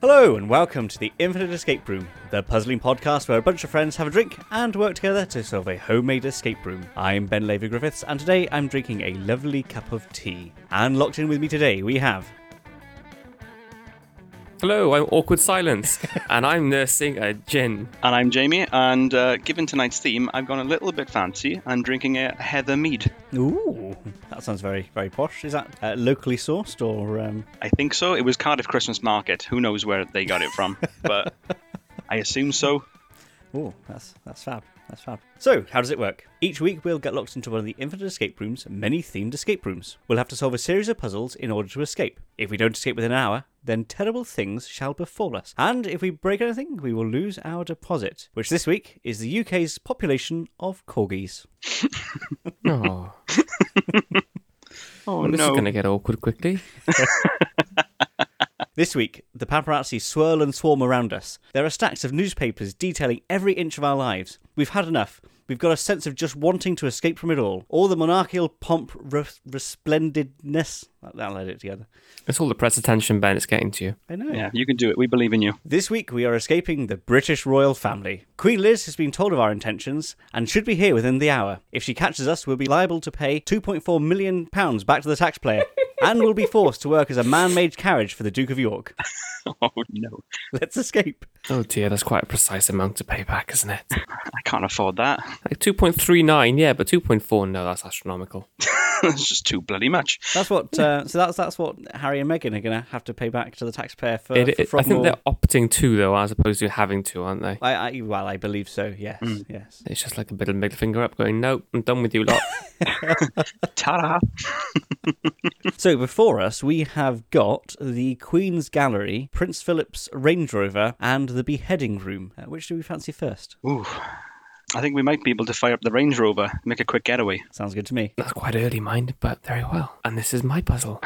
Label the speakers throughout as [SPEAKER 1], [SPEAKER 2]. [SPEAKER 1] Hello, and welcome to the Infinite Escape Room, the puzzling podcast where a bunch of friends have a drink and work together to solve a homemade escape room. I'm Ben Levy Griffiths, and today I'm drinking a lovely cup of tea. And locked in with me today, we have.
[SPEAKER 2] Hello, I'm Awkward Silence, and I'm nursing a gin.
[SPEAKER 3] And I'm Jamie, and uh, given tonight's theme, I've gone a little bit fancy. I'm drinking a heather mead.
[SPEAKER 1] Ooh, that sounds very, very posh. Is that uh, locally sourced or. Um...
[SPEAKER 3] I think so. It was Cardiff Christmas Market. Who knows where they got it from, but I assume so.
[SPEAKER 1] Ooh, that's, that's fab. That's fab. So, how does it work? Each week, we'll get locked into one of the infinite escape rooms, many themed escape rooms. We'll have to solve a series of puzzles in order to escape. If we don't escape within an hour, then terrible things shall befall us. And if we break anything, we will lose our deposit, which this week is the UK's population of corgis.
[SPEAKER 2] Oh,
[SPEAKER 3] Oh
[SPEAKER 2] this is going to get awkward quickly.
[SPEAKER 1] This week, the paparazzi swirl and swarm around us. There are stacks of newspapers detailing every inch of our lives. We've had enough. We've got a sense of just wanting to escape from it all. All the monarchical pomp, re- resplendidness. That, that led it together.
[SPEAKER 2] It's all the press attention, Ben. It's getting to you.
[SPEAKER 1] I know.
[SPEAKER 3] Yeah, you can do it. We believe in you.
[SPEAKER 1] This week, we are escaping the British royal family. Queen Liz has been told of our intentions and should be here within the hour. If she catches us, we'll be liable to pay £2.4 million pounds back to the taxpayer and will be forced to work as a man made carriage for the Duke of York.
[SPEAKER 3] Oh, no.
[SPEAKER 1] Let's escape.
[SPEAKER 2] Oh dear, that's quite a precise amount to pay back, isn't it?
[SPEAKER 3] I can't afford that.
[SPEAKER 2] Like 2.39, yeah, but 2.4, no, that's astronomical.
[SPEAKER 3] It's just too bloody much.
[SPEAKER 1] That's what. Uh, so that's that's what Harry and Meghan are going to have to pay back to the taxpayer for.
[SPEAKER 2] It-
[SPEAKER 1] for
[SPEAKER 2] it- I think
[SPEAKER 1] Frogmore.
[SPEAKER 2] they're opting to, though, as opposed to having to, aren't they?
[SPEAKER 1] I, I, well, I believe so. Yes,
[SPEAKER 2] Mm.
[SPEAKER 1] yes.
[SPEAKER 2] It's just like a bit of middle finger up going, nope, I'm done with you lot.
[SPEAKER 3] Ta da!
[SPEAKER 1] So before us, we have got the Queen's Gallery, Prince Philip's Range Rover, and the Beheading Room. Uh, which do we fancy first?
[SPEAKER 3] Ooh. I think we might be able to fire up the Range Rover, make a quick getaway.
[SPEAKER 1] Sounds good to me.
[SPEAKER 2] That's quite early mind, but very well. And this is my puzzle.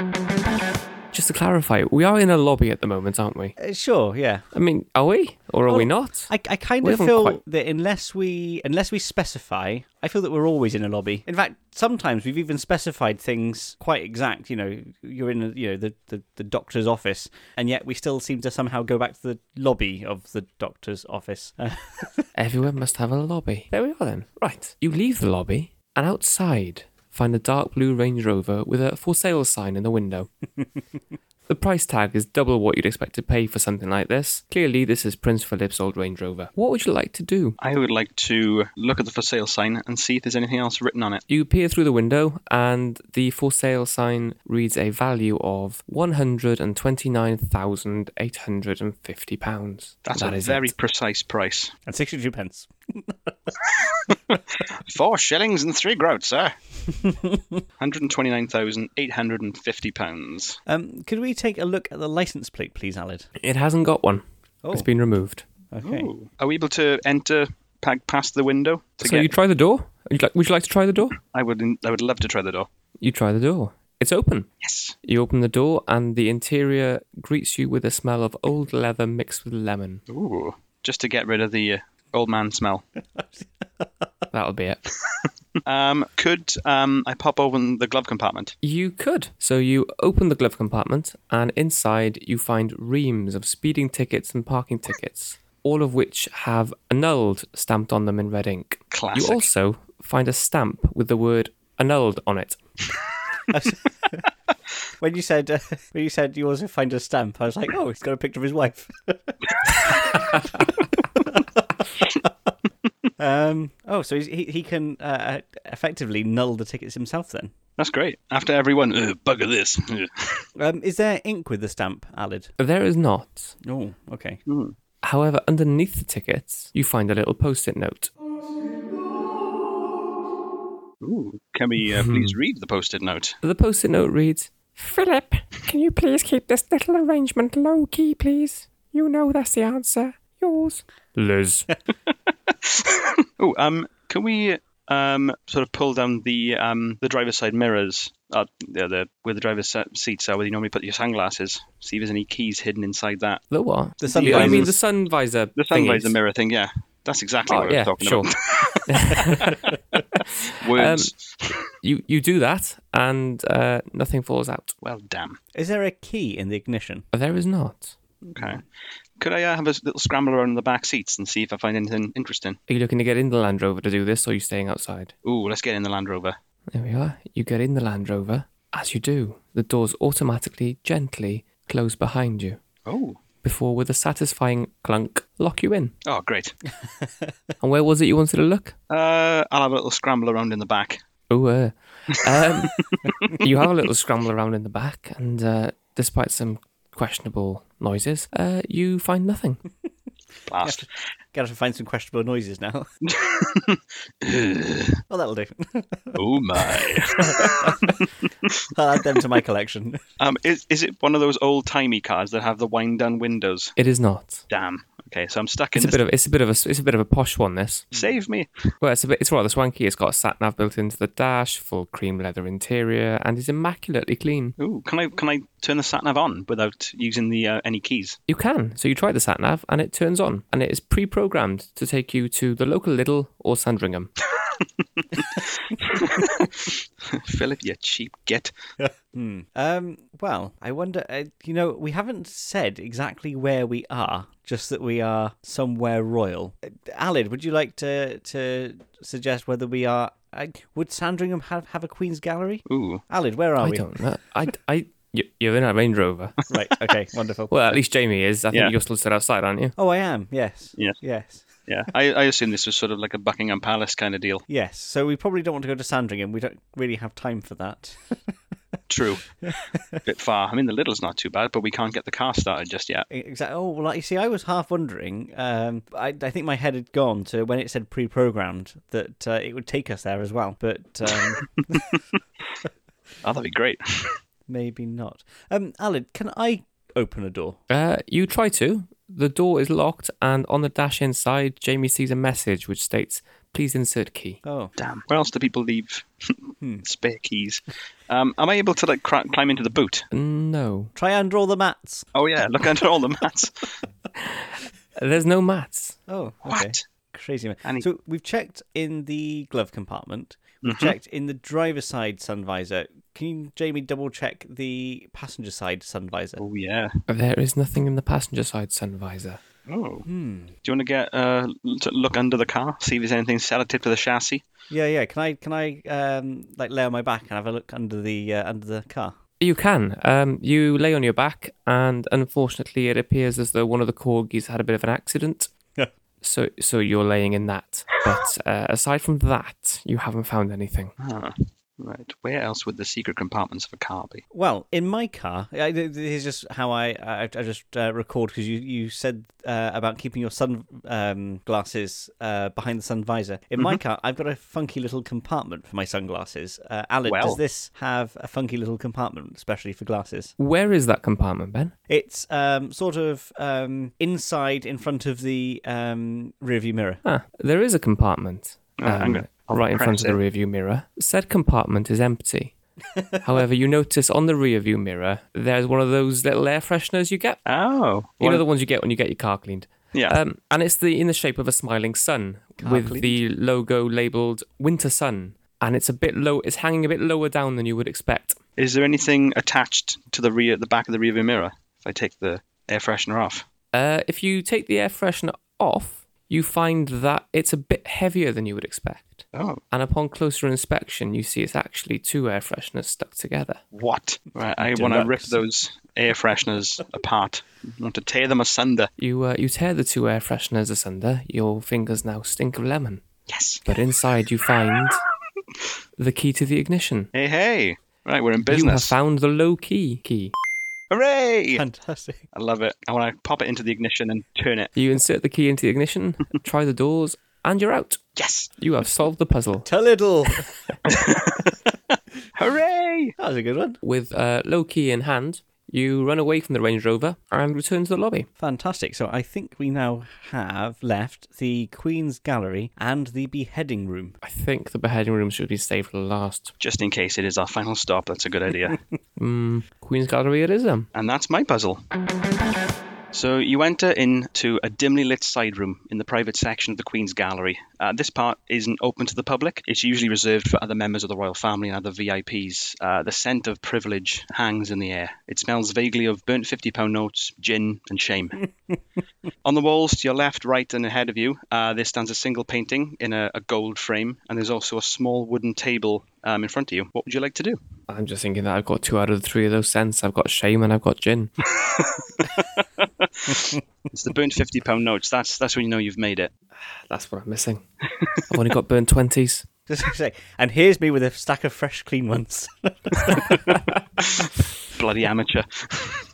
[SPEAKER 2] Just to clarify, we are in a lobby at the moment, aren't we?
[SPEAKER 1] Uh, sure. Yeah.
[SPEAKER 2] I mean, are we? Or are we
[SPEAKER 1] Well,
[SPEAKER 2] not?
[SPEAKER 1] I, I kind
[SPEAKER 2] We
[SPEAKER 1] of
[SPEAKER 2] haven't
[SPEAKER 1] feel
[SPEAKER 2] quite-
[SPEAKER 1] that unless we unless we specify, I feel that we're always in a lobby. In fact, sometimes we've even specified things quite exact. You know, you're in you know the, the, the doctor's office, and yet we still seem to somehow go back to the lobby of the doctor's office. Uh,
[SPEAKER 2] Everyone must have a lobby. There we are then. Right. You leave the lobby and outside find a dark blue Range Rover with a for sale sign in the window. the price tag is double what you'd expect to pay for something like this. Clearly, this is Prince Philip's old Range Rover. What would you like to do?
[SPEAKER 3] I would like to look at the for sale sign and see if there's anything else written on it.
[SPEAKER 2] You peer through the window and the for sale sign reads a value of £129,850.
[SPEAKER 3] That's
[SPEAKER 2] That
[SPEAKER 3] a
[SPEAKER 2] is
[SPEAKER 3] very
[SPEAKER 2] it.
[SPEAKER 3] precise price.
[SPEAKER 1] and sixty two pence.
[SPEAKER 3] Four shillings and three groats, sir. £129,850.
[SPEAKER 1] Um, could we take a look at the license plate, please, Alid?
[SPEAKER 2] It hasn't got one.
[SPEAKER 1] Oh,
[SPEAKER 2] It's been removed.
[SPEAKER 1] okay.
[SPEAKER 3] Ooh. Are we able to enter pa- past the window to
[SPEAKER 2] So
[SPEAKER 3] get?
[SPEAKER 2] you try the door? Would you like- would you like to try the door?
[SPEAKER 3] I would. I would love to try the door.
[SPEAKER 2] You try the door. It's open.
[SPEAKER 3] Yes.
[SPEAKER 2] You open the door, and the interior greets you with a smell of old leather mixed with lemon.
[SPEAKER 3] Ooh. Just to get rid of the uh, old man smell.
[SPEAKER 2] That'll be it.
[SPEAKER 3] um, could um, I pop open the glove compartment?
[SPEAKER 2] You could. So you open the glove compartment, and inside you find reams of speeding tickets and parking tickets, all of which have annulled stamped on them in red ink.
[SPEAKER 3] Classic.
[SPEAKER 2] You also find a stamp with the word annulled on it.
[SPEAKER 1] When you said uh, when you said you also find a stamp, I was like, oh, he's got a picture of his wife. um, oh, so he's, he he can uh, effectively null the tickets himself then.
[SPEAKER 3] That's great. After everyone, "Ugh, bugger this. Ugh."
[SPEAKER 1] Um, is there ink with the stamp, Alid?
[SPEAKER 2] There is not.
[SPEAKER 1] Oh, okay.
[SPEAKER 2] However, underneath the tickets, you find a little post it note.
[SPEAKER 3] Ooh. Can we
[SPEAKER 2] Hmm.
[SPEAKER 3] uh, please read the post-it note?
[SPEAKER 2] The post it note reads
[SPEAKER 4] Philip, can you please keep this little arrangement low key, please? You know that's the answer. Yours.
[SPEAKER 2] Liz.
[SPEAKER 3] Oh, um, can we um sort of pull down the um the driver's side mirrors? Uh, the, the where the driver's se- seats are, where you normally put your sunglasses. See if there's any keys hidden inside that.
[SPEAKER 2] The what?
[SPEAKER 1] The sun
[SPEAKER 2] Yeah, I mean
[SPEAKER 1] visors.
[SPEAKER 2] the sun visor.
[SPEAKER 3] The sun
[SPEAKER 2] thingies.
[SPEAKER 3] visor mirror thing, yeah. That's exactly
[SPEAKER 2] Oh
[SPEAKER 3] what I
[SPEAKER 2] yeah,
[SPEAKER 3] was talking
[SPEAKER 2] sure.
[SPEAKER 3] about. Words.
[SPEAKER 2] Um, you you do that, and uh, nothing falls out.
[SPEAKER 3] well, damn.
[SPEAKER 1] Is there a key in the ignition?
[SPEAKER 2] There is not.
[SPEAKER 3] Okay. Could I uh, have a s- little scramble around the back seats and see if I find anything interesting?
[SPEAKER 2] Are you looking to get in the Land Rover to do this, or are you staying outside?
[SPEAKER 3] Ooh, let's get in the Land Rover.
[SPEAKER 2] There we are. You get in the Land Rover. As you do, the doors automatically, gently close behind you
[SPEAKER 3] Oh.
[SPEAKER 2] before, with a satisfying clunk, lock you in.
[SPEAKER 3] Oh, great.
[SPEAKER 2] And where was it you wanted to look?
[SPEAKER 3] Uh, I'll have a little scramble around in the back.
[SPEAKER 2] Oh, uh, um, you have a little scramble around in the back, and uh, despite some questionable noises, uh, you find nothing.
[SPEAKER 3] Blast.
[SPEAKER 1] Gotta find some questionable noises now. well, that'll do.
[SPEAKER 3] oh my.
[SPEAKER 1] I'll add them to my collection.
[SPEAKER 3] Um, is is it one of those old timey cars that have the wind down windows?
[SPEAKER 2] It is not.
[SPEAKER 3] Damn. Okay, so I'm stuck in
[SPEAKER 2] It's a
[SPEAKER 3] this.
[SPEAKER 2] bit of it's a bit of a it's a bit of a posh one. This
[SPEAKER 3] Save me.
[SPEAKER 2] well, it's a bit it's rather swanky. It's got a sat nav built into the dash, full cream leather interior, and is immaculately clean.
[SPEAKER 3] Ooh, can I can I turn the sat nav on without using the uh, any keys?
[SPEAKER 2] You can. So you try the sat nav, and it turns on, and it is pre-programmed to take you to the local Lidl or Sandringham.
[SPEAKER 3] Philip, you cheap git.
[SPEAKER 1] Hmm. Um, well, I wonder, uh, you know, we haven't said exactly where we are, just that we are somewhere royal. Uh, Alid, would you like to, to suggest whether we are. I, would Sandringham have, have a Queen's Gallery?
[SPEAKER 3] Ooh,
[SPEAKER 1] Alid, where are
[SPEAKER 2] I
[SPEAKER 1] we?
[SPEAKER 2] don't know. I I you- you're in a Range Rover.
[SPEAKER 1] Right, okay, wonderful.
[SPEAKER 2] Well, at least Jamie is. I think
[SPEAKER 3] Yeah.
[SPEAKER 2] you're still set outside, aren't you?
[SPEAKER 1] Oh, I am, yes.
[SPEAKER 3] Yeah.
[SPEAKER 1] Yes.
[SPEAKER 3] yeah. I, I assume this was sort of like a Buckingham Palace kind of deal.
[SPEAKER 1] Yes, so we probably don't want to go to Sandringham. We don't really have time for that.
[SPEAKER 3] True. bit far. I mean, the little's not too bad, but we can't get the car started just yet.
[SPEAKER 1] Exactly. Oh, well, you see, I was half wondering. Um, I, I think my head had gone to when it said pre-programmed that uh, it would take us there as well, but um,
[SPEAKER 3] Oh, that'd be great.
[SPEAKER 1] maybe not. Um, Alid, can I open a door?
[SPEAKER 2] Uh, you try to. The door is locked, and on the dash inside, Jamie sees a message which states, "Please insert key."
[SPEAKER 1] Oh,
[SPEAKER 3] Damn. Where else do people leave
[SPEAKER 2] Hmm.
[SPEAKER 3] spare keys? Um, am I able to like cra- climb into the boot?
[SPEAKER 2] No,
[SPEAKER 1] try and draw the mats.
[SPEAKER 3] Oh yeah, look under all the mats.
[SPEAKER 2] there's no mats.
[SPEAKER 1] Oh,
[SPEAKER 3] What?
[SPEAKER 1] okay. Crazy man.
[SPEAKER 3] And he-
[SPEAKER 1] So we've checked in the glove compartment. We've checked in the driver's side sun visor. Can you, Jamie, double check the passenger side sun visor?
[SPEAKER 3] Oh yeah.
[SPEAKER 2] There is nothing in the passenger side sun visor.
[SPEAKER 3] Oh.
[SPEAKER 2] Hmm.
[SPEAKER 3] Do you want to get uh to look under the car, see if there's anything selected to the chassis?
[SPEAKER 1] Yeah, yeah. Can I, can I, um, like lay on my back and have a look under the uh, under the car?
[SPEAKER 2] You can. Um, you lay on your back, and unfortunately, it appears as though one of the corgis had a bit of an accident.
[SPEAKER 1] Yeah.
[SPEAKER 2] So, so you're laying in that. But uh, aside from that, you haven't found anything.
[SPEAKER 3] Ah, right. Where else would the secret compartments of a car be?
[SPEAKER 1] Well, in my car, I, th- this is just how I I, I just uh, record because you you said uh, about keeping your sun um, glasses uh, behind the sun visor. In my car, I've got a funky little compartment for my sunglasses. Uh, Alan,
[SPEAKER 3] Well.
[SPEAKER 1] does this have a funky little compartment, especially for glasses?
[SPEAKER 2] Where is that compartment, Ben?
[SPEAKER 1] It's um, sort of um, inside, in front of the um, rearview mirror.
[SPEAKER 2] Ah, there is a compartment
[SPEAKER 3] Ah, hang
[SPEAKER 2] um,
[SPEAKER 3] on.
[SPEAKER 2] right in front
[SPEAKER 3] Press
[SPEAKER 2] of the
[SPEAKER 3] it.
[SPEAKER 2] rearview mirror. Said compartment is empty. However, you notice on the rearview mirror there's one of those little air fresheners you get.
[SPEAKER 3] Oh,
[SPEAKER 2] You
[SPEAKER 3] one
[SPEAKER 2] know
[SPEAKER 3] of-
[SPEAKER 2] the ones you get when you get your car cleaned.
[SPEAKER 3] yeah.
[SPEAKER 2] Um, and it's the in the shape of a smiling sun with the logo labeled Winter Sun, and it's a bit low. It's hanging a bit lower down than you would expect.
[SPEAKER 3] Is there anything attached to the rear, the back of the rearview mirror? If I take the air freshener off,
[SPEAKER 2] Uh, if you take the air freshener off, you find that it's a bit heavier than you would expect.
[SPEAKER 3] oh,
[SPEAKER 2] and upon closer inspection, you see it's actually two air fresheners stuck together.
[SPEAKER 3] what? Right, I want to rip
[SPEAKER 1] Deluxe.
[SPEAKER 3] those air fresheners apart. I want to tear them asunder.
[SPEAKER 2] You uh, you tear the two air fresheners asunder. Your fingers now stink of lemon,
[SPEAKER 3] Yes.
[SPEAKER 2] but inside you find the key to the ignition.
[SPEAKER 3] Hey, hey. Right, we're in
[SPEAKER 2] You have
[SPEAKER 3] business.
[SPEAKER 2] found the low key key.
[SPEAKER 3] Hooray!
[SPEAKER 1] Fantastic.
[SPEAKER 3] I love it. I want to pop it into the ignition and turn it.
[SPEAKER 2] You insert the key into the ignition, try the doors, and you're out.
[SPEAKER 3] Yes.
[SPEAKER 2] You have solved the puzzle.
[SPEAKER 1] Talittle.
[SPEAKER 3] Hooray!
[SPEAKER 1] that was a good one.
[SPEAKER 2] With uh, low key in hand, you run away from the Range Rover and return to the lobby.
[SPEAKER 1] Fantastic. So I think we now have left the Queen's Gallery and the beheading room.
[SPEAKER 2] I think the beheading room should be saved for last.
[SPEAKER 3] Just in case it is our final stop, that's a good idea.
[SPEAKER 2] Mm, Queen's Gallery it is then.
[SPEAKER 3] and that's my puzzle. So you enter into a dimly lit side room in the private section of the Queen's Gallery. Uh, this part isn't open to the public. It's usually reserved for other members of the royal family and other VIPs. Uh, the scent of privilege hangs in the air. It smells vaguely of burnt £50 notes, gin, and shame. On the walls to your left, right, and ahead of you, uh, there stands a single painting in a, a gold frame, and there's also a small wooden table um, in front of you. What would you like to do?
[SPEAKER 2] I'm just thinking that I've got two out of the three of those scents. I've got shame and I've got gin.
[SPEAKER 3] It's the burnt £50 notes. That's, that's when you know you've made it.
[SPEAKER 2] That's what I'm missing. I've only got burned twenties.
[SPEAKER 1] Just to say, and here's me with a stack of fresh, clean ones.
[SPEAKER 3] Bloody amateur.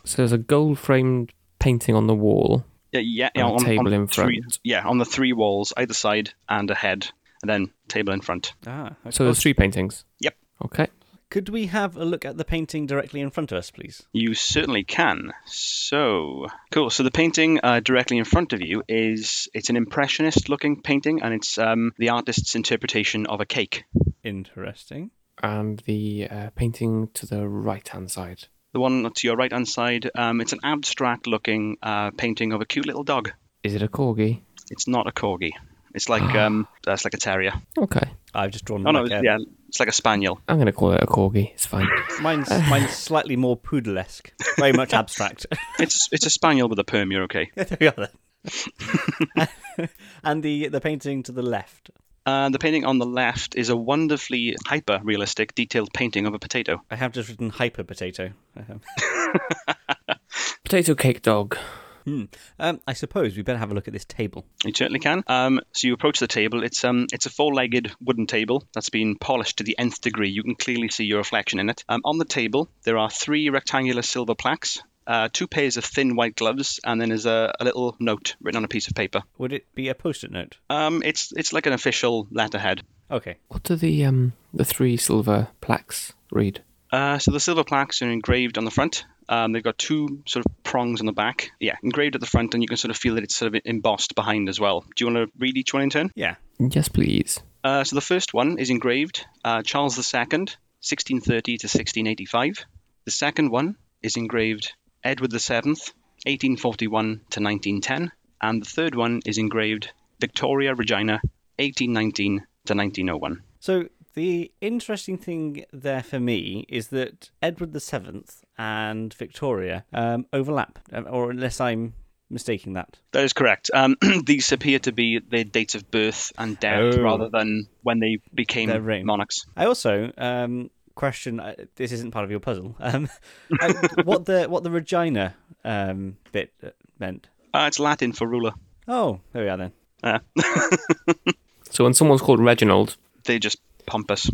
[SPEAKER 2] So there's a gold framed painting on the wall.
[SPEAKER 3] Yeah, yeah, yeah,
[SPEAKER 2] And a table in
[SPEAKER 3] three-
[SPEAKER 2] front.
[SPEAKER 3] yeah, on the three walls, either side and ahead, and then table in front.
[SPEAKER 1] ah, okay.
[SPEAKER 2] So there's three paintings.
[SPEAKER 3] Yep.
[SPEAKER 2] Okay.
[SPEAKER 1] Could we have a look at the painting directly in front of us, please?
[SPEAKER 3] You certainly can. So cool. So the painting uh, directly in front of you is it's an impressionist-looking painting, and it's um, the artist's interpretation of a cake.
[SPEAKER 1] Interesting.
[SPEAKER 2] And the uh, painting to the right hand side.
[SPEAKER 3] The one to your right-hand side, um, it's an abstract-looking uh, painting of a cute little dog.
[SPEAKER 2] Is it a corgi?
[SPEAKER 3] It's not a corgi. It's like um, that's like a terrier.
[SPEAKER 2] Okay.
[SPEAKER 1] I've just drawn
[SPEAKER 3] Oh no,
[SPEAKER 1] like a-
[SPEAKER 3] yeah, it's like a spaniel.
[SPEAKER 2] I'm going to call it a corgi. It's fine.
[SPEAKER 1] Mine's mine's slightly more poodle-esque, very much abstract.
[SPEAKER 3] It's it's a spaniel with a perm. You're okay.
[SPEAKER 1] there we are then. and the the painting to the left.
[SPEAKER 3] Uh, the painting on the left is a wonderfully hyper realistic, detailed painting of a potato.
[SPEAKER 1] I have just written hyper potato. Um,
[SPEAKER 2] Potato cake dog.
[SPEAKER 1] um, I suppose we better have a look at this table.
[SPEAKER 3] You certainly can. Um, so you approach the table. It's um, it's a four-legged wooden table that's been polished to the nth degree. You can clearly see your reflection in it. Um, on the table, there are three rectangular silver plaques, uh, two pairs of thin white gloves, and then there's a, a little note written on a piece of paper.
[SPEAKER 1] Would it be a post-it note?
[SPEAKER 3] Um, it's it's like an official letterhead.
[SPEAKER 1] Okay.
[SPEAKER 2] What do the um the three silver plaques read?
[SPEAKER 3] Uh, so the silver plaques are engraved on the front. Um, they've got two sort of prongs on the back. Yeah, engraved at the front, and you can sort of feel that it's sort of embossed behind as well. Do you want to read each one in turn?
[SPEAKER 1] Yeah.
[SPEAKER 2] Yes, please.
[SPEAKER 3] Uh, so the first one is engraved uh, Charles II, 1630 to 1685. The second one is engraved Edward VII, 1841 to 1910. And the third one is engraved Victoria Regina, 1819 to 1901.
[SPEAKER 1] So the interesting thing there for me is that Edward the Seventh and Victoria um, overlap, um, or unless I'm mistaking that.
[SPEAKER 3] That is correct. Um, these appear to be their dates of birth and death
[SPEAKER 1] Oh.
[SPEAKER 3] rather than when they
[SPEAKER 1] Their
[SPEAKER 3] became
[SPEAKER 1] reign.
[SPEAKER 3] monarchs.
[SPEAKER 1] I also um, question. Uh, this isn't part of your puzzle. Um, uh, what the what the Regina um, bit uh, meant?
[SPEAKER 3] Uh, it's Latin for ruler.
[SPEAKER 1] Oh, there we are then.
[SPEAKER 3] Uh,
[SPEAKER 2] So when someone's called Reginald,
[SPEAKER 3] they're just pompous.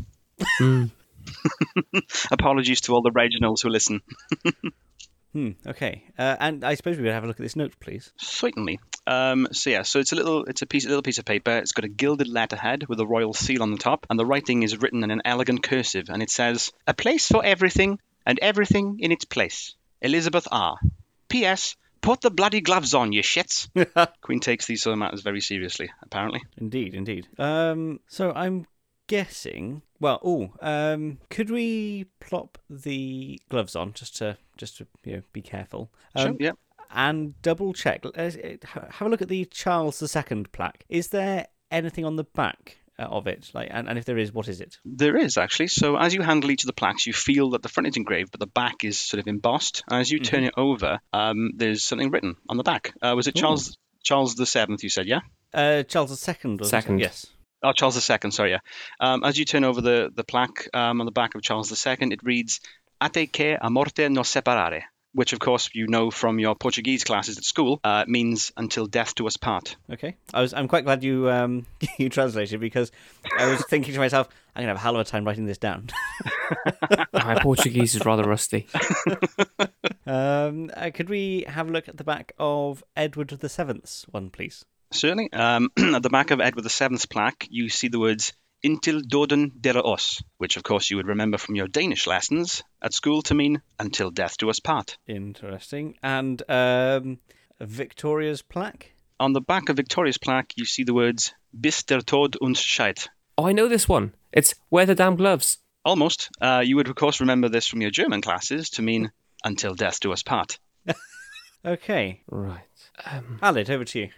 [SPEAKER 1] Hmm.
[SPEAKER 3] Apologies to all the Reginalds who listen.
[SPEAKER 1] Hmm. Okay. Uh, and I suppose we would have a look at this note, please.
[SPEAKER 3] Certainly. Um, so yeah, so it's a little, it's a piece, a little piece of paper. It's got a gilded letterhead with a royal seal on the top, and the writing is written in an elegant cursive, and it says, "A place for everything, and everything in its place." Elizabeth R. P.S. Put the bloody gloves on, you shits. Queen takes these sort of matters very seriously, apparently.
[SPEAKER 1] Indeed, indeed. Um, so I'm guessing. Well, oh, um, could we plop the gloves on just to just to you know be careful? Um,
[SPEAKER 3] sure, yeah.
[SPEAKER 1] And double check. Uh, Have a look at the Charles II plaque. Is there anything on the back uh, of it? Like, and, and if there is, what is it?
[SPEAKER 3] There is actually. So as you handle each of the plaques, you feel that the front is engraved, but the back is sort of embossed. And as you turn it over, um, there's something written on the back. Uh, was it Charles Charles the Seventh? You said, yeah.
[SPEAKER 1] Uh, Charles II. Was
[SPEAKER 2] Second.
[SPEAKER 1] Yes.
[SPEAKER 3] Oh, Charles II, sorry, yeah. Um, as you turn over the, the plaque um, on the back of Charles II, it reads, Ate que a morte nos separare, which, of course, you know from your Portuguese classes at school, uh, means until death do us part.
[SPEAKER 1] Okay. I was. I'm quite glad you um you translated because I was thinking to myself, I'm gonna have a hell of a time writing this down.
[SPEAKER 2] my Portuguese is rather rusty.
[SPEAKER 1] Um, uh, could we have a look at the back of Edward the Seventh's one, please?
[SPEAKER 3] Certainly. Um, at the back of Edward VII's plaque, you see the words, Until doden dera os, which, of course, you would remember from your Danish lessons at school to mean until death do us part.
[SPEAKER 1] Interesting. And um, Victoria's plaque.
[SPEAKER 3] On the back of Victoria's plaque, you see the words, Bis der Tod uns scheit,
[SPEAKER 2] Oh, I know this one. It's wear the damn gloves.
[SPEAKER 3] Almost. Uh, you would, of course, remember this from your German classes to mean until death do us part.
[SPEAKER 1] Okay.
[SPEAKER 2] Right.
[SPEAKER 1] Alid, over to you.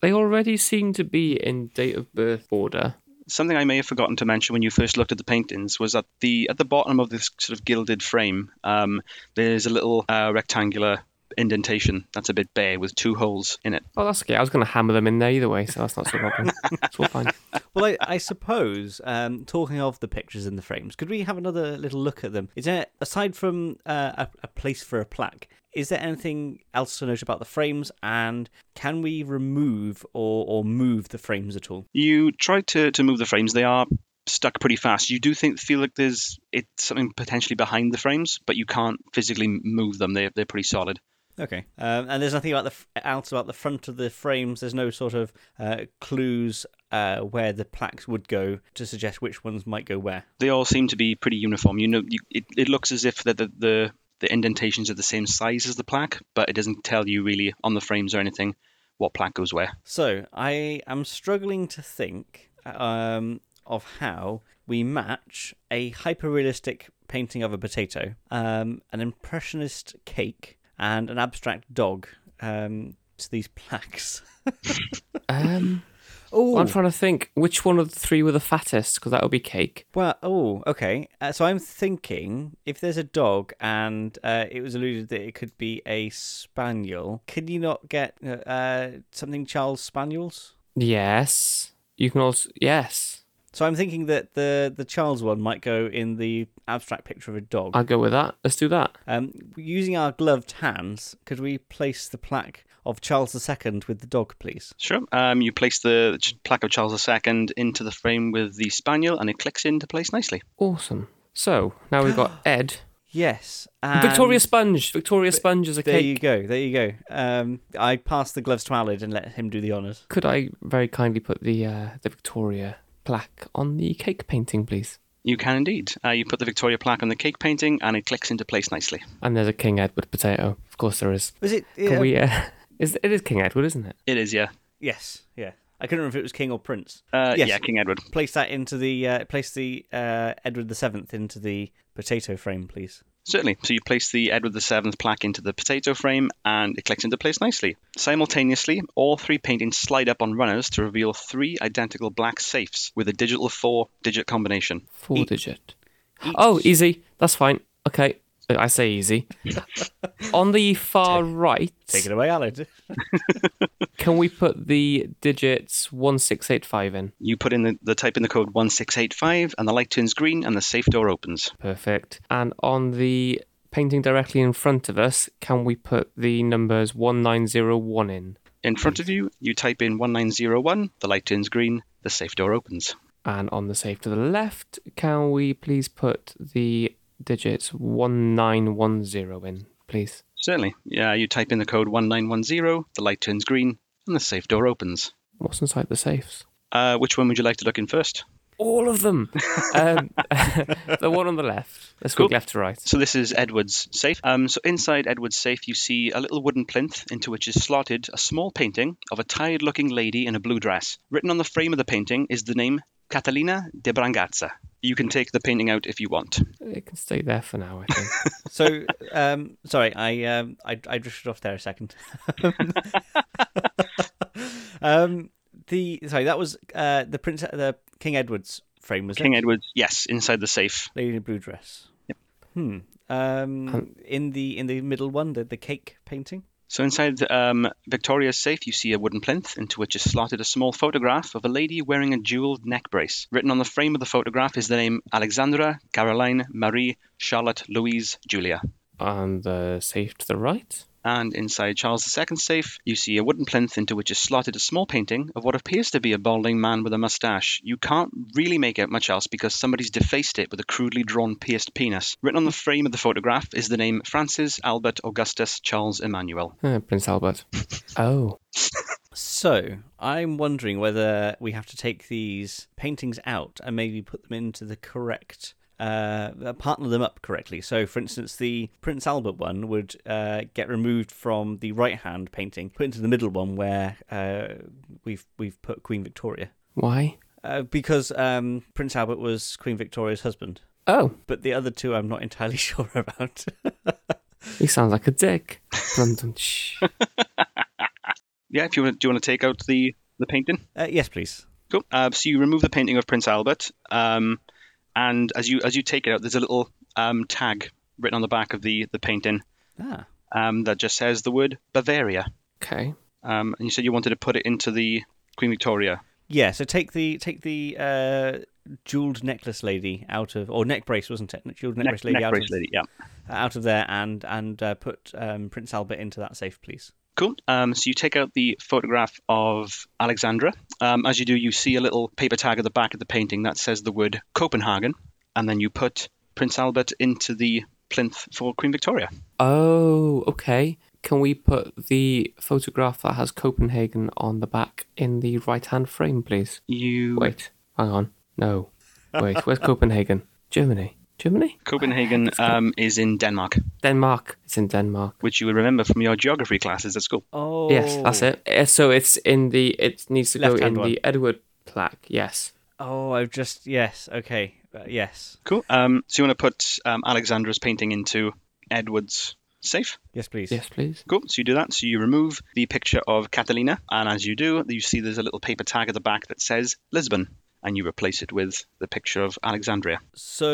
[SPEAKER 2] they already seem to be in date of birth order.
[SPEAKER 3] Something I may have forgotten to mention when you first looked at the paintings was that the at the bottom of this sort of gilded frame, um, there's a little uh, rectangular indentation that's a bit bare with two holes in it.
[SPEAKER 2] Oh, that's okay. I was going to hammer them in there either way, so that's not so problem. it's all fine.
[SPEAKER 1] Well, I, I suppose, um, talking of the pictures in the frames, could we have another little look at them? Is there, aside from uh, a, a place for a plaque, is there anything else to note about the frames? And can we remove or, or move the frames at all?
[SPEAKER 3] You try to, to move the frames. They are stuck pretty fast. You do think feel like there's it's something potentially behind the frames, but you can't physically move them. They're they're pretty solid.
[SPEAKER 1] Okay. Um, and there's nothing about the f- else about the front of the frames. There's no sort of uh, clues uh, where the plaques would go to suggest which ones might go where.
[SPEAKER 3] They all seem to be pretty uniform. You know, you, it, it looks as if that the, the the indentations are the same size as the plaque, but it doesn't tell you really on the frames or anything what plaque goes where.
[SPEAKER 1] So I am struggling to think um, of how we match a hyper-realistic painting of a potato, um, an impressionist cake, and an abstract dog um, to these plaques.
[SPEAKER 2] Um,
[SPEAKER 1] oh,
[SPEAKER 2] I'm trying to think which one of the three were the fattest, because that would be cake.
[SPEAKER 1] Well, oh, okay. Uh, so I'm thinking if there's a dog and uh, it was alluded that it could be a spaniel, can you not get uh, uh, something Charles Spaniels?
[SPEAKER 2] Yes. You can also. Yes.
[SPEAKER 1] So I'm thinking that the the Charles one might go in the abstract picture of a dog.
[SPEAKER 2] I'll go with that. Let's do that.
[SPEAKER 1] Um, using our gloved hands, could we place the plaque of Charles II with the dog, please?
[SPEAKER 3] Sure. Um, you place the ch- plaque of Charles II into the frame with the spaniel, and it clicks into place nicely.
[SPEAKER 2] Awesome. So now we've got Ed.
[SPEAKER 1] Yes. And
[SPEAKER 2] Victoria Sponge. Victoria Sponge is a
[SPEAKER 1] There
[SPEAKER 2] cake.
[SPEAKER 1] you go. There you go. Um, I passed the gloves to Alid and let him do the honours.
[SPEAKER 2] Could I very kindly put the uh, the Victoria plaque on the cake painting, please?
[SPEAKER 3] You can indeed. Uh, you put the Victoria plaque on the cake painting, and it clicks into place nicely.
[SPEAKER 2] And there's a King Edward potato. Of course there is.
[SPEAKER 1] Was it?
[SPEAKER 2] Can
[SPEAKER 1] uh,
[SPEAKER 2] we? Uh, is it is King Edward, isn't it?
[SPEAKER 3] It is, yeah.
[SPEAKER 1] Yes. Yeah. I couldn't remember if it was king or prince.
[SPEAKER 3] Uh,
[SPEAKER 1] Yes.
[SPEAKER 3] Yeah, King Edward.
[SPEAKER 1] Place that into the uh, place the uh, Edward the Seventh into the potato frame, please.
[SPEAKER 3] Certainly. So you place the Edward VII plaque into the potato frame, and it clicks into place nicely. Simultaneously, all three paintings slide up on runners to reveal three identical black safes with a digital four-digit combination.
[SPEAKER 2] Four digit. Oh, easy. That's fine. Okay. Uh, I say easy. on the far right,
[SPEAKER 1] Take it away, Alid.
[SPEAKER 2] can we put the digits one six eight five in?
[SPEAKER 3] You put in the, the type in the code 1685, and the light turns green, and the safe door opens.
[SPEAKER 2] Perfect. And on the painting directly in front of us, can we put the numbers one nine zero one in?
[SPEAKER 3] In front of you, you type in 1901, the light turns green, the safe door opens.
[SPEAKER 2] And on the safe to the left, can we please put the digits 1910 in, please?
[SPEAKER 3] Certainly. Yeah, you type in the code 1910, the light turns green, and the safe door opens.
[SPEAKER 2] What's inside the safes?
[SPEAKER 3] Uh, which one would you like to look in first?
[SPEAKER 2] All of them! um, the one on the left. Let's go
[SPEAKER 3] Cool.
[SPEAKER 2] left to right.
[SPEAKER 3] So this is Edward's safe. Um, so inside Edward's safe, you see a little wooden plinth into which is slotted a small painting of a tired-looking lady in a blue dress. Written on the frame of the painting is the name Catalina de Brangazza. You can take the painting out if you want.
[SPEAKER 2] It can stay there for now, I think.
[SPEAKER 1] So, um, sorry, I, um, I I drifted off there a second. um, the sorry, that was uh, the prince, the King Edward's frame was
[SPEAKER 3] King
[SPEAKER 1] it?
[SPEAKER 3] Edward's, yes, inside the safe.
[SPEAKER 1] lady in a blue dress. Hmm. Um, in the in the middle one, the, the cake painting.
[SPEAKER 3] So inside um, Victoria's safe, you see a wooden plinth into which is slotted a small photograph of a lady wearing a jeweled neck brace. Written on the frame of the photograph is the name Alexandra, Caroline, Marie, Charlotte, Louise, Julia.
[SPEAKER 2] and the safe to the right.
[SPEAKER 3] And inside Charles II's safe, you see a wooden plinth into which is slotted a small painting of what appears to be a balding man with a mustache. You can't really make out much else because somebody's defaced it with a crudely drawn pierced penis. Written on the frame of the photograph is the name Francis Albert Augustus Charles Emmanuel.
[SPEAKER 2] Uh, Prince Albert. Oh.
[SPEAKER 1] So I'm wondering whether we have to take these paintings out and maybe put them into the correct. Uh, partner them up correctly. So, for instance, the Prince Albert one would uh, get removed from the right-hand painting, put into the middle one where uh, we've we've put Queen Victoria,
[SPEAKER 2] Why?
[SPEAKER 1] uh, because um, Prince Albert was Queen Victoria's husband.
[SPEAKER 2] Oh.
[SPEAKER 1] But the other two, I'm not entirely sure about.
[SPEAKER 2] He sounds like a dick. Dum dum tsh.
[SPEAKER 3] Yeah, if you want, do you want to take out the the painting?
[SPEAKER 1] Uh, yes, please.
[SPEAKER 3] Cool. Uh, so you remove the painting of Prince Albert, um, and as you as you take it out, there's a little um, tag written on the back of the the painting
[SPEAKER 1] Ah,
[SPEAKER 3] um, that just says the word Bavaria.
[SPEAKER 2] okay.
[SPEAKER 3] Um, and you said you wanted to put it into the Queen Victoria.
[SPEAKER 1] yeah. So take the take the uh, jeweled necklace lady out of or neck brace wasn't it? Jeweled neck, brace lady out
[SPEAKER 3] brace
[SPEAKER 1] of
[SPEAKER 3] lady, yeah.
[SPEAKER 1] out of there and and uh, put um, Prince Albert into that safe, please.
[SPEAKER 3] Cool. Um, so you take out the photograph of Alexandra. Um, as you do, you see a little paper tag at the back of the painting that says the word Copenhagen, and then you put Prince Albert into the plinth for Queen Victoria.
[SPEAKER 2] Oh, okay. Can we put the photograph that has Copenhagen on the back in the right hand frame, please?
[SPEAKER 3] You
[SPEAKER 2] Wait, hang on. No. Wait, where's Copenhagen? Germany. Germany?
[SPEAKER 3] Copenhagen um, is in Denmark,
[SPEAKER 2] Denmark. It's in Denmark.
[SPEAKER 3] which you will remember from your geography classes at school.
[SPEAKER 1] Oh,
[SPEAKER 2] Yes, that's it. Uh, So it's in the it needs to go
[SPEAKER 1] Left-hand
[SPEAKER 2] in
[SPEAKER 1] one.
[SPEAKER 2] the Edward plaque. Yes.
[SPEAKER 1] Oh, I've just yes. Okay, uh, yes,
[SPEAKER 3] Cool. Um, so you want to put um, Alexandra's painting into Edward's safe?
[SPEAKER 1] yes, please.
[SPEAKER 2] Yes, please.
[SPEAKER 3] Cool. So you do that. So you remove the picture of Catalina, and as you do, you see there's a little paper tag at the back that says Lisbon, and you replace it with the picture of Alexandria.
[SPEAKER 1] So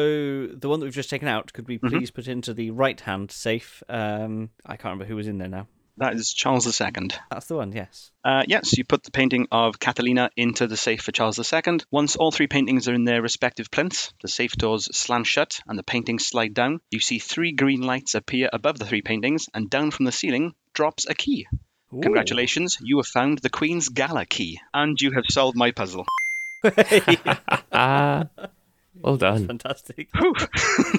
[SPEAKER 1] the one that we've just taken out could be please put into the right hand safe. Um, I can't remember who was in there now.
[SPEAKER 3] That is Charles II.
[SPEAKER 1] That's the one. Yes.
[SPEAKER 3] Uh, yes, you put the painting of Catalina into the safe for Charles II. Once all three paintings are in their respective plinths, the safe doors slam shut and the paintings slide down. You see three green lights appear above the three paintings, and down from the ceiling drops a key. Congratulations, you have found the Queen's Gala key, and you have solved my puzzle.
[SPEAKER 2] Ah, well done.
[SPEAKER 1] Fantastic.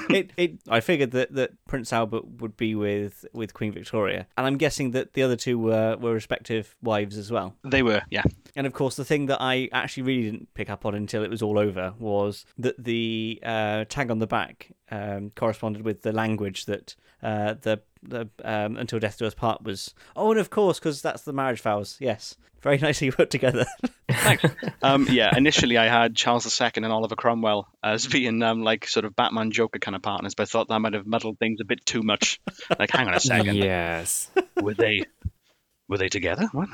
[SPEAKER 1] it, it, I figured that, that Prince Albert would be with, with Queen Victoria, and I'm guessing that the other two were, were respective wives as well.
[SPEAKER 3] They were, yeah.
[SPEAKER 1] And of course, the thing that I actually really didn't pick up on until it was all over was that the uh, tag on the back um, corresponded with the language that uh, the the um, until death do us part was. Oh, and of course, because that's the marriage vows. Yes, very nicely put together.
[SPEAKER 3] Um, yeah, initially I had Charles II and Oliver Cromwell as being um, like sort of Batman Joker kind of partners, but I thought that might have muddled things a bit too much. Like, hang on a second,
[SPEAKER 2] Yes.
[SPEAKER 3] were they were they together? What?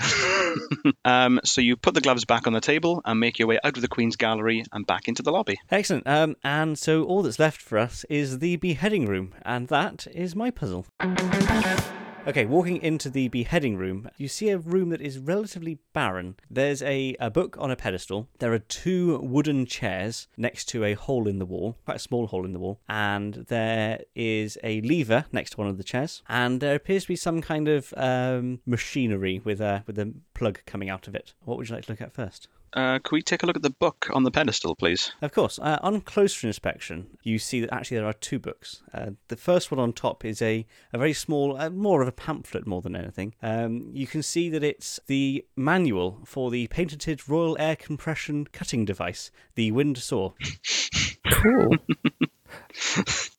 [SPEAKER 3] um, so you put the gloves back on the table and make your way out of the Queen's Gallery and back into the lobby.
[SPEAKER 1] Excellent. Um, and so all that's left for us is the beheading room, and that is my puzzle. Okay, walking into the beheading room, you see a room that is relatively barren. There's a, a book on a pedestal. There are two wooden chairs next to a hole in the wall, quite a small hole in the wall, and there is a lever next to one of the chairs, and there appears to be some kind of um, machinery with a with a plug coming out of it. What would you like to look at first?
[SPEAKER 3] Uh, could we take a look at the book on the pedestal, please?
[SPEAKER 1] Of course. Uh, on closer inspection, you see that actually there are two books. Uh, the first one on top is a, a very small, uh, more of a pamphlet more than anything. Um, you can see that it's the manual for the patented Royal Air Compression cutting device, the wind saw.
[SPEAKER 2] Cool.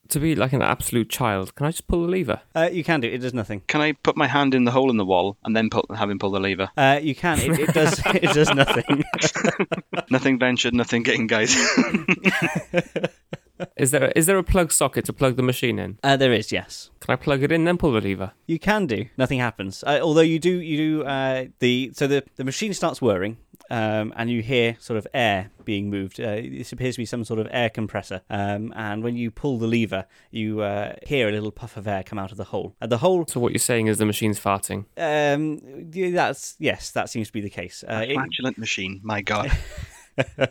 [SPEAKER 2] to be like an absolute child, can I just pull the lever?
[SPEAKER 1] Uh, you can do it, it does nothing.
[SPEAKER 3] Can I put my hand in the hole in the wall and then pull, have him pull the lever?
[SPEAKER 1] Uh, you can, it, it does it does nothing.
[SPEAKER 3] nothing ventured, nothing gained, guys.
[SPEAKER 2] Is there is there a plug socket to plug the machine in?
[SPEAKER 1] Uh, there is, yes.
[SPEAKER 2] Can I plug it in then pull the lever?
[SPEAKER 1] You can do. Nothing happens. Uh, although you do, you do uh, the so the the machine starts whirring, um, and you hear sort of air being moved. Uh, this appears to be some sort of air compressor. Um, and when you pull the lever, you uh, hear a little puff of air come out of the hole. And the hole,
[SPEAKER 2] So what you're saying is the machine's farting.
[SPEAKER 1] um, yeah, that's yes, that seems to be the case. Uh, it,
[SPEAKER 3] Flatulent machine, my god.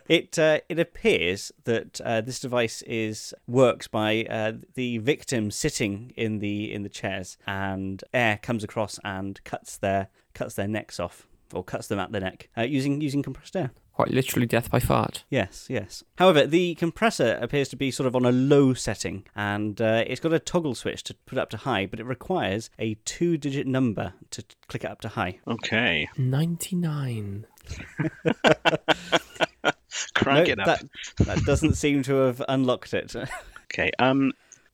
[SPEAKER 1] it uh, it appears that uh, this device is works by uh, the victim sitting in the in the chairs, and air comes across and cuts their cuts their necks off or cuts them at the neck uh, using using compressed air.
[SPEAKER 2] Quite literally death by fart.
[SPEAKER 1] Yes, yes. However, the compressor appears to be sort of on a low setting, and uh, it's got a toggle switch to put up to high, but it requires a two-digit number to t- click it up to high.
[SPEAKER 3] Okay,
[SPEAKER 2] Ninety nine.
[SPEAKER 3] crank
[SPEAKER 1] No,
[SPEAKER 3] it up.
[SPEAKER 1] That, that doesn't seem to have unlocked it.
[SPEAKER 3] Okay. Um,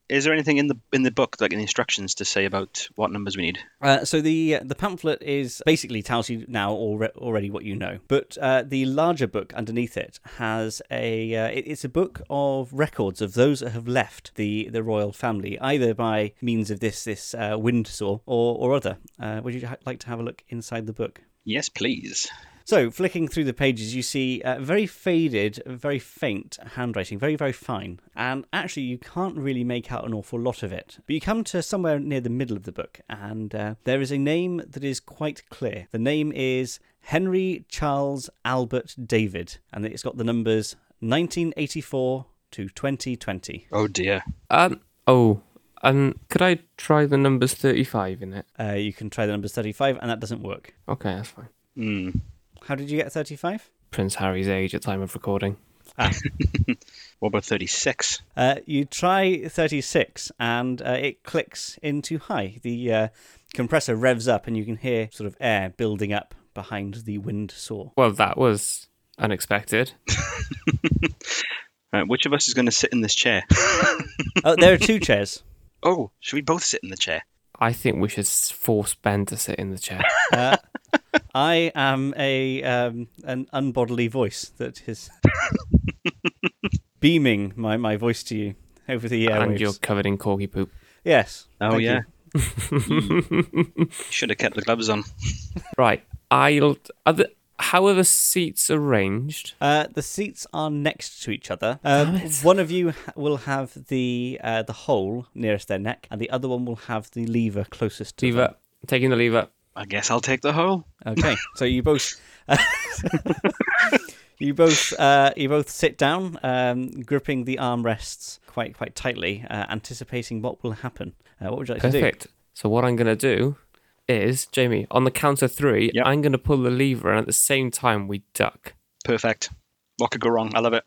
[SPEAKER 3] Is there anything in the in the book, like in the instructions, to say about what numbers we need?
[SPEAKER 1] Uh, so the the pamphlet is basically tells you now alre- already what you know, but uh, the larger book underneath it has a uh, it- it's a book of records of those that have left the, the royal family either by means of this this uh, Windsor or or other. Uh, would you ha- like to have a look inside the book?
[SPEAKER 3] Yes, please.
[SPEAKER 1] So, flicking through the pages, you see uh, very faded, very faint handwriting, very, very fine. And actually, you can't really make out an awful lot of it. But you come to somewhere near the middle of the book, and uh, there is a name that is quite clear. The name is Henry Charles Albert David, and it's got the numbers 1984 to 2020.
[SPEAKER 3] Oh dear.
[SPEAKER 2] Um. Oh. Um. Could I try the numbers thirty-five in it?
[SPEAKER 1] Uh, you can try the numbers 35, and that doesn't work.
[SPEAKER 2] Okay, that's fine.
[SPEAKER 3] Hmm.
[SPEAKER 1] How did you get 35?
[SPEAKER 2] Prince Harry's age at time of recording.
[SPEAKER 3] What about thirty-six?
[SPEAKER 1] Uh, you try 36 and uh, it clicks into high. The uh, compressor revs up and you can hear sort of air building up behind the wind saw.
[SPEAKER 2] Well, that was unexpected.
[SPEAKER 3] Right, Uh, which of us is going to sit in this chair?
[SPEAKER 1] oh, there are two chairs.
[SPEAKER 3] oh, should we both sit in the chair?
[SPEAKER 2] I think we should s- force Ben to sit in the chair.
[SPEAKER 1] I am a um, an unbodily voice that is beaming my, my voice to you over the
[SPEAKER 2] and
[SPEAKER 1] airwaves.
[SPEAKER 2] you're covered in corgi poop.
[SPEAKER 1] Yes.
[SPEAKER 3] Oh
[SPEAKER 1] Thank you.
[SPEAKER 3] yeah. Should have kept the gloves on.
[SPEAKER 2] Right. I'll. Are the, how are the seats arranged?
[SPEAKER 1] Uh, the seats are next to each other. Um, one of you ha- will have the uh, the hole nearest their neck, and the other one will have the lever closest to
[SPEAKER 2] Lever. Taking the lever.
[SPEAKER 3] I guess I'll take the hole.
[SPEAKER 1] them. Okay, so you both you both uh, you both sit down, um, gripping the armrests quite quite tightly, uh, anticipating what will happen. Uh, what would you like to do?
[SPEAKER 2] Perfect. So what I'm gonna do is, Jamie, on the count of three,
[SPEAKER 3] Yep.
[SPEAKER 2] I'm gonna pull the lever, and at the same time we duck.
[SPEAKER 3] Perfect. What could go wrong? I love it.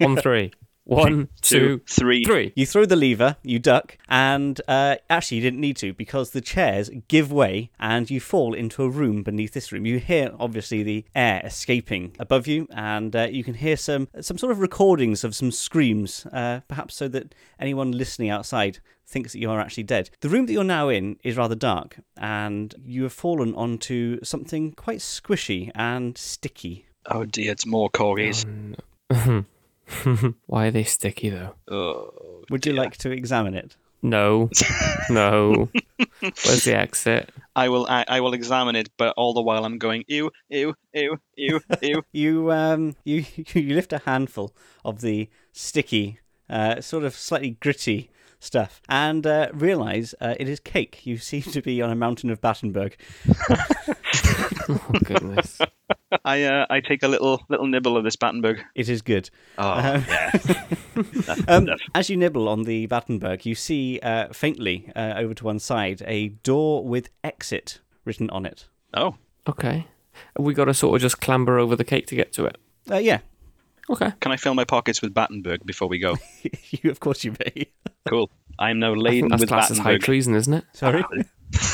[SPEAKER 2] On three. One, two,
[SPEAKER 3] three.
[SPEAKER 2] three.
[SPEAKER 1] You throw the lever, you duck, and uh, actually you didn't need to because the chairs give way and you fall into a room beneath this room. You hear obviously the air escaping above you, and uh, you can hear some some sort of recordings of some screams, uh, perhaps so that anyone listening outside thinks that you are actually dead. The room that you're now in is rather dark, and you have fallen onto something quite squishy and sticky.
[SPEAKER 3] Oh dear, it's more corgis.
[SPEAKER 2] Why are they sticky though?
[SPEAKER 3] Oh,
[SPEAKER 1] Would you like to examine it?
[SPEAKER 2] No, no. Where's the exit?
[SPEAKER 3] I will. I, I will examine it, but all the while I'm going ew, ew, ew, ew, ew.
[SPEAKER 1] You um you you lift a handful of the sticky, uh, sort of slightly gritty stuff, and uh, realize uh, it is cake. You seem to be on a mountain of Battenberg.
[SPEAKER 2] Oh goodness.
[SPEAKER 3] I uh, I take a little little nibble of this Battenberg.
[SPEAKER 1] It is good.
[SPEAKER 3] Oh
[SPEAKER 1] Um,
[SPEAKER 3] yeah. That's
[SPEAKER 1] Um,
[SPEAKER 3] enough.
[SPEAKER 1] as you nibble on the Battenberg, you see uh, faintly uh, over to one side a door with exit written on it.
[SPEAKER 3] Oh,
[SPEAKER 2] Okay. We got to sort of just clamber over the cake to get to it.
[SPEAKER 1] Uh, yeah,
[SPEAKER 2] Okay.
[SPEAKER 3] can I fill my pockets with Battenberg before we go?
[SPEAKER 1] you of course you may.
[SPEAKER 3] Cool. I am now
[SPEAKER 2] I think
[SPEAKER 3] laden
[SPEAKER 2] that's
[SPEAKER 3] with
[SPEAKER 2] classed as high
[SPEAKER 3] Battenberg.
[SPEAKER 2] treason, isn't it?
[SPEAKER 1] Sorry.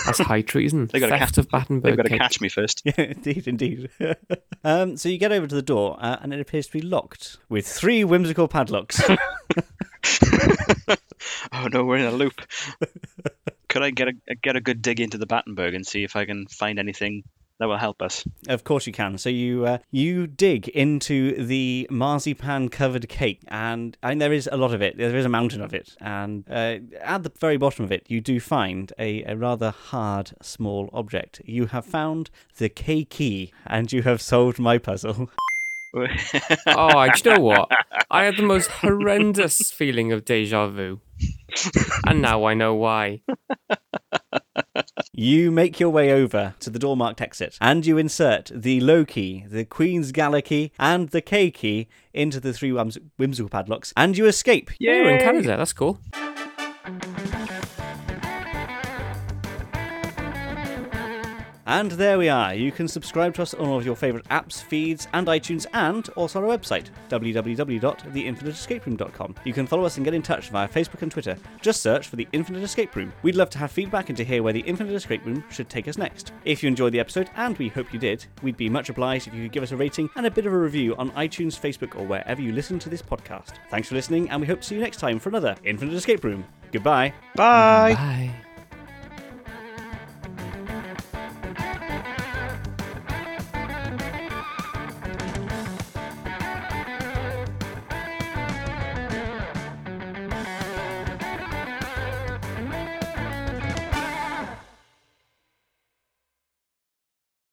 [SPEAKER 2] That's high treason.
[SPEAKER 3] They gotta
[SPEAKER 2] Theft
[SPEAKER 3] catch-
[SPEAKER 2] of Battenberg.
[SPEAKER 3] They've got to
[SPEAKER 2] cake.
[SPEAKER 3] catch me first.
[SPEAKER 1] Yeah, indeed, indeed. um, so you get over to the door, uh, and it appears to be locked with three whimsical padlocks.
[SPEAKER 3] Oh no, we're in a loop. Could I get a get a good dig into the Battenberg and see if I can find anything that will help us?
[SPEAKER 1] Of course you can. So you uh, you dig into the marzipan covered cake, and I mean there is a lot of it. There is a mountain of it, and uh, at the very bottom of it, you do find a, a rather hard small object. You have found the K key, and you have solved my puzzle.
[SPEAKER 2] Oh, I- do you know what? I had the most horrendous feeling of deja vu. And now I know why.
[SPEAKER 1] You make your way over to the door marked exit and you insert the low key, the Queen's Gala key, and the K key into the three whims- whimsical padlocks and you escape.
[SPEAKER 2] Yeah, we're in Canada. That's cool.
[SPEAKER 1] And there we are. You can subscribe to us on all of your favourite apps, feeds, and iTunes, and also on our website, www.theinfiniteescaperoom.com. You can follow us and get in touch via Facebook and Twitter. Just search for The Infinite Escape Room. We'd love to have feedback and to hear where The Infinite Escape Room should take us next. If you enjoyed the episode, and we hope you did, we'd be much obliged if you could give us a rating and a bit of a review on iTunes, Facebook, or wherever you listen to this podcast. Thanks for listening, and we hope to see you next time for another Infinite Escape Room. Goodbye.
[SPEAKER 3] Bye.
[SPEAKER 2] Bye.